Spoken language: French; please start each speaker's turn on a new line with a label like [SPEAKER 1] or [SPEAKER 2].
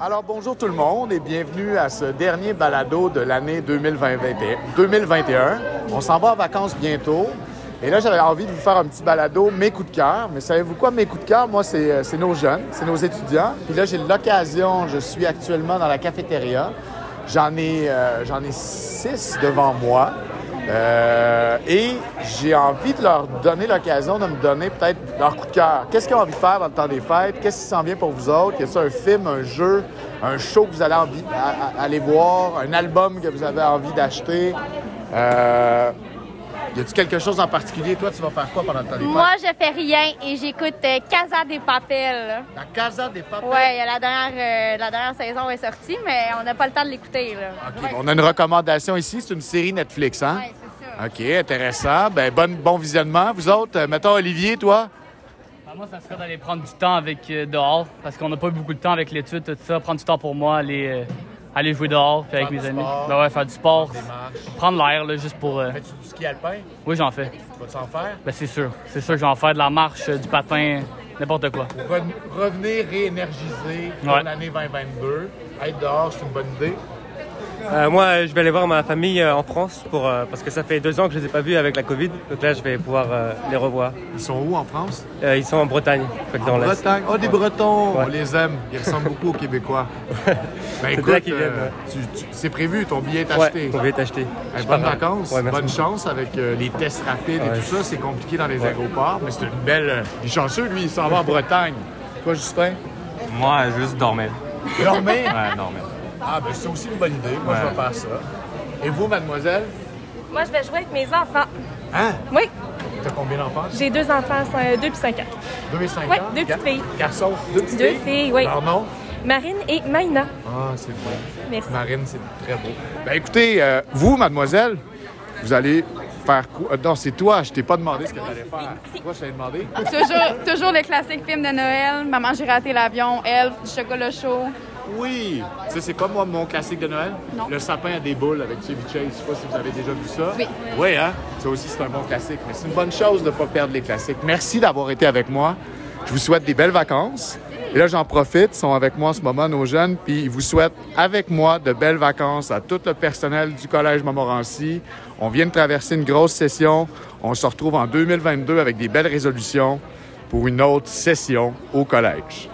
[SPEAKER 1] Alors bonjour tout le monde et bienvenue à ce dernier balado de l'année 2020 2021. On s'en va en vacances bientôt. Et là, j'avais envie de vous faire un petit balado, mes coups de cœur. Mais savez-vous quoi, mes coups de cœur, moi, c'est euh, c'est nos jeunes, c'est nos étudiants. Puis là, j'ai l'occasion, je suis actuellement dans la cafétéria. J'en ai, euh, j'en ai six devant moi. Euh, et j'ai envie de leur donner l'occasion de me donner peut-être leur coup de cœur. Qu'est-ce qu'ils ont envie de faire dans le temps des fêtes? Qu'est-ce qui s'en vient pour vous autres? Y a un film, un jeu, un show que vous allez envie, à- à- aller voir, un album que vous avez envie d'acheter? Euh, y a-tu quelque chose en particulier? Toi, tu vas faire quoi pendant le temps des
[SPEAKER 2] Moi,
[SPEAKER 1] fêtes?
[SPEAKER 2] je fais rien et j'écoute euh, Casa des Papels.
[SPEAKER 1] La Casa des Papels.
[SPEAKER 2] Ouais, euh, la dernière, euh, la dernière saison est sortie, mais on n'a pas le temps de l'écouter. là.
[SPEAKER 1] OK,
[SPEAKER 2] Ouais.
[SPEAKER 1] on a une recommandation ici. C'est une série Netflix, hein?
[SPEAKER 2] Ouais, c'est ça.
[SPEAKER 1] OK, intéressant. Ben, bonne- bon visionnement. Vous autres, euh, mettons Olivier, toi?
[SPEAKER 3] Ben, Moi, ça serait d'aller prendre du temps avec euh, dehors, parce qu'on n'a pas eu beaucoup de temps avec l'étude, tout ça. Prendre du temps pour moi, aller, euh, aller jouer dehors, puis avec
[SPEAKER 1] Faire
[SPEAKER 3] mes
[SPEAKER 1] du
[SPEAKER 3] amis.
[SPEAKER 1] sport,
[SPEAKER 3] ben ouais, faire du sport,
[SPEAKER 1] des marches.
[SPEAKER 3] prendre l'air, là, juste pour. euh,
[SPEAKER 1] Fais-tu du Ben, ski alpin?
[SPEAKER 3] Oui, j'en fais.
[SPEAKER 1] Vas-tu en faire?
[SPEAKER 3] Ben, c'est sûr. C'est sûr que je vais en faire de la marche, euh, du patin, n'importe quoi.
[SPEAKER 1] Re- revenir réénergisé pour
[SPEAKER 3] Ouais.
[SPEAKER 1] l'année 2022. Être dehors, c'est une bonne idée.
[SPEAKER 4] Euh, moi, euh, je vais aller voir ma famille euh, en France pour, euh, parce que ça fait deux ans que je les ai pas vus avec la Covid. Donc là, je vais pouvoir euh, les revoir.
[SPEAKER 1] Ils sont où en France?
[SPEAKER 4] Euh, ils sont en Bretagne, fait que dans
[SPEAKER 1] en
[SPEAKER 4] l'Est.
[SPEAKER 1] Bretagne. Oh, des Bretons!
[SPEAKER 4] Ouais.
[SPEAKER 1] On les aime. Ils ressemblent beaucoup aux Québécois. Ben
[SPEAKER 4] C'est de là
[SPEAKER 1] écoute,
[SPEAKER 4] qu'ils
[SPEAKER 1] euh,
[SPEAKER 4] viennent, hein.
[SPEAKER 1] tu- tu- c'est prévu, ton billet est
[SPEAKER 4] Ouais,
[SPEAKER 1] acheté.
[SPEAKER 4] on va les acheter.
[SPEAKER 1] Hey,
[SPEAKER 4] Je
[SPEAKER 1] bonnes
[SPEAKER 4] pars.
[SPEAKER 1] vacances,
[SPEAKER 4] Ouais, merci.
[SPEAKER 1] bonne chance avec euh, les tests rapides et
[SPEAKER 4] Ouais.
[SPEAKER 1] tout ça. C'est compliqué dans les aéroports, mais c'est une belle. euh, Il est chanceux, lui, il s'en va en Bretagne. Toi, Justin,
[SPEAKER 5] Moi, juste dormir.
[SPEAKER 1] dormir?
[SPEAKER 5] Ouais, dormir.
[SPEAKER 1] Ah, ben c'est aussi une bonne idée. Moi, je
[SPEAKER 5] Ouais.
[SPEAKER 1] vais faire ça. Et vous, mademoiselle?
[SPEAKER 6] Moi, je vais jouer avec mes enfants.
[SPEAKER 1] Hein?
[SPEAKER 6] Oui,
[SPEAKER 1] T'as combien d'enfants?
[SPEAKER 6] j'ai deux enfants, 2 puis 5 ans.
[SPEAKER 1] Deux et cinq
[SPEAKER 6] Ouais,
[SPEAKER 1] ans?
[SPEAKER 6] deux
[SPEAKER 1] Gar-
[SPEAKER 6] petites filles.
[SPEAKER 1] Garçons? Deux petites
[SPEAKER 6] Deux filles, oui.
[SPEAKER 1] Leur nom?
[SPEAKER 6] Marine et Maïna.
[SPEAKER 1] Ah, c'est beau.
[SPEAKER 6] Merci.
[SPEAKER 1] Marine, c'est très beau. Ben écoutez, euh, vous, mademoiselle, vous allez faire quoi? Euh, Non, c'est toi, je t'ai pas demandé ce que t'allais faire. Toi, je t'avais demandé.
[SPEAKER 7] Ah, toujours, toujours le classique film de Noël. Maman, j'ai raté l'avion. Elf, du chocolat chaud.
[SPEAKER 1] Oui! Tu sais, c'est quoi, moi, mon classique de Noël?
[SPEAKER 7] Non.
[SPEAKER 1] Le sapin à des boules avec Chevy Chase. Je sais pas si vous avez déjà vu ça.
[SPEAKER 7] Oui.
[SPEAKER 1] Oui, hein? Ça aussi, c'est un bon classique. Mais c'est une bonne chose de ne pas perdre les classiques. Merci d'avoir été avec moi. Je vous souhaite des belles vacances. Et là, j'en profite. Ils sont avec moi en ce moment, nos jeunes. Puis ils vous souhaitent, avec moi, de belles vacances à tout le personnel du Collège Montmorency. On vient de traverser une grosse session. On se retrouve en 2022 avec des belles résolutions pour une autre session au collège.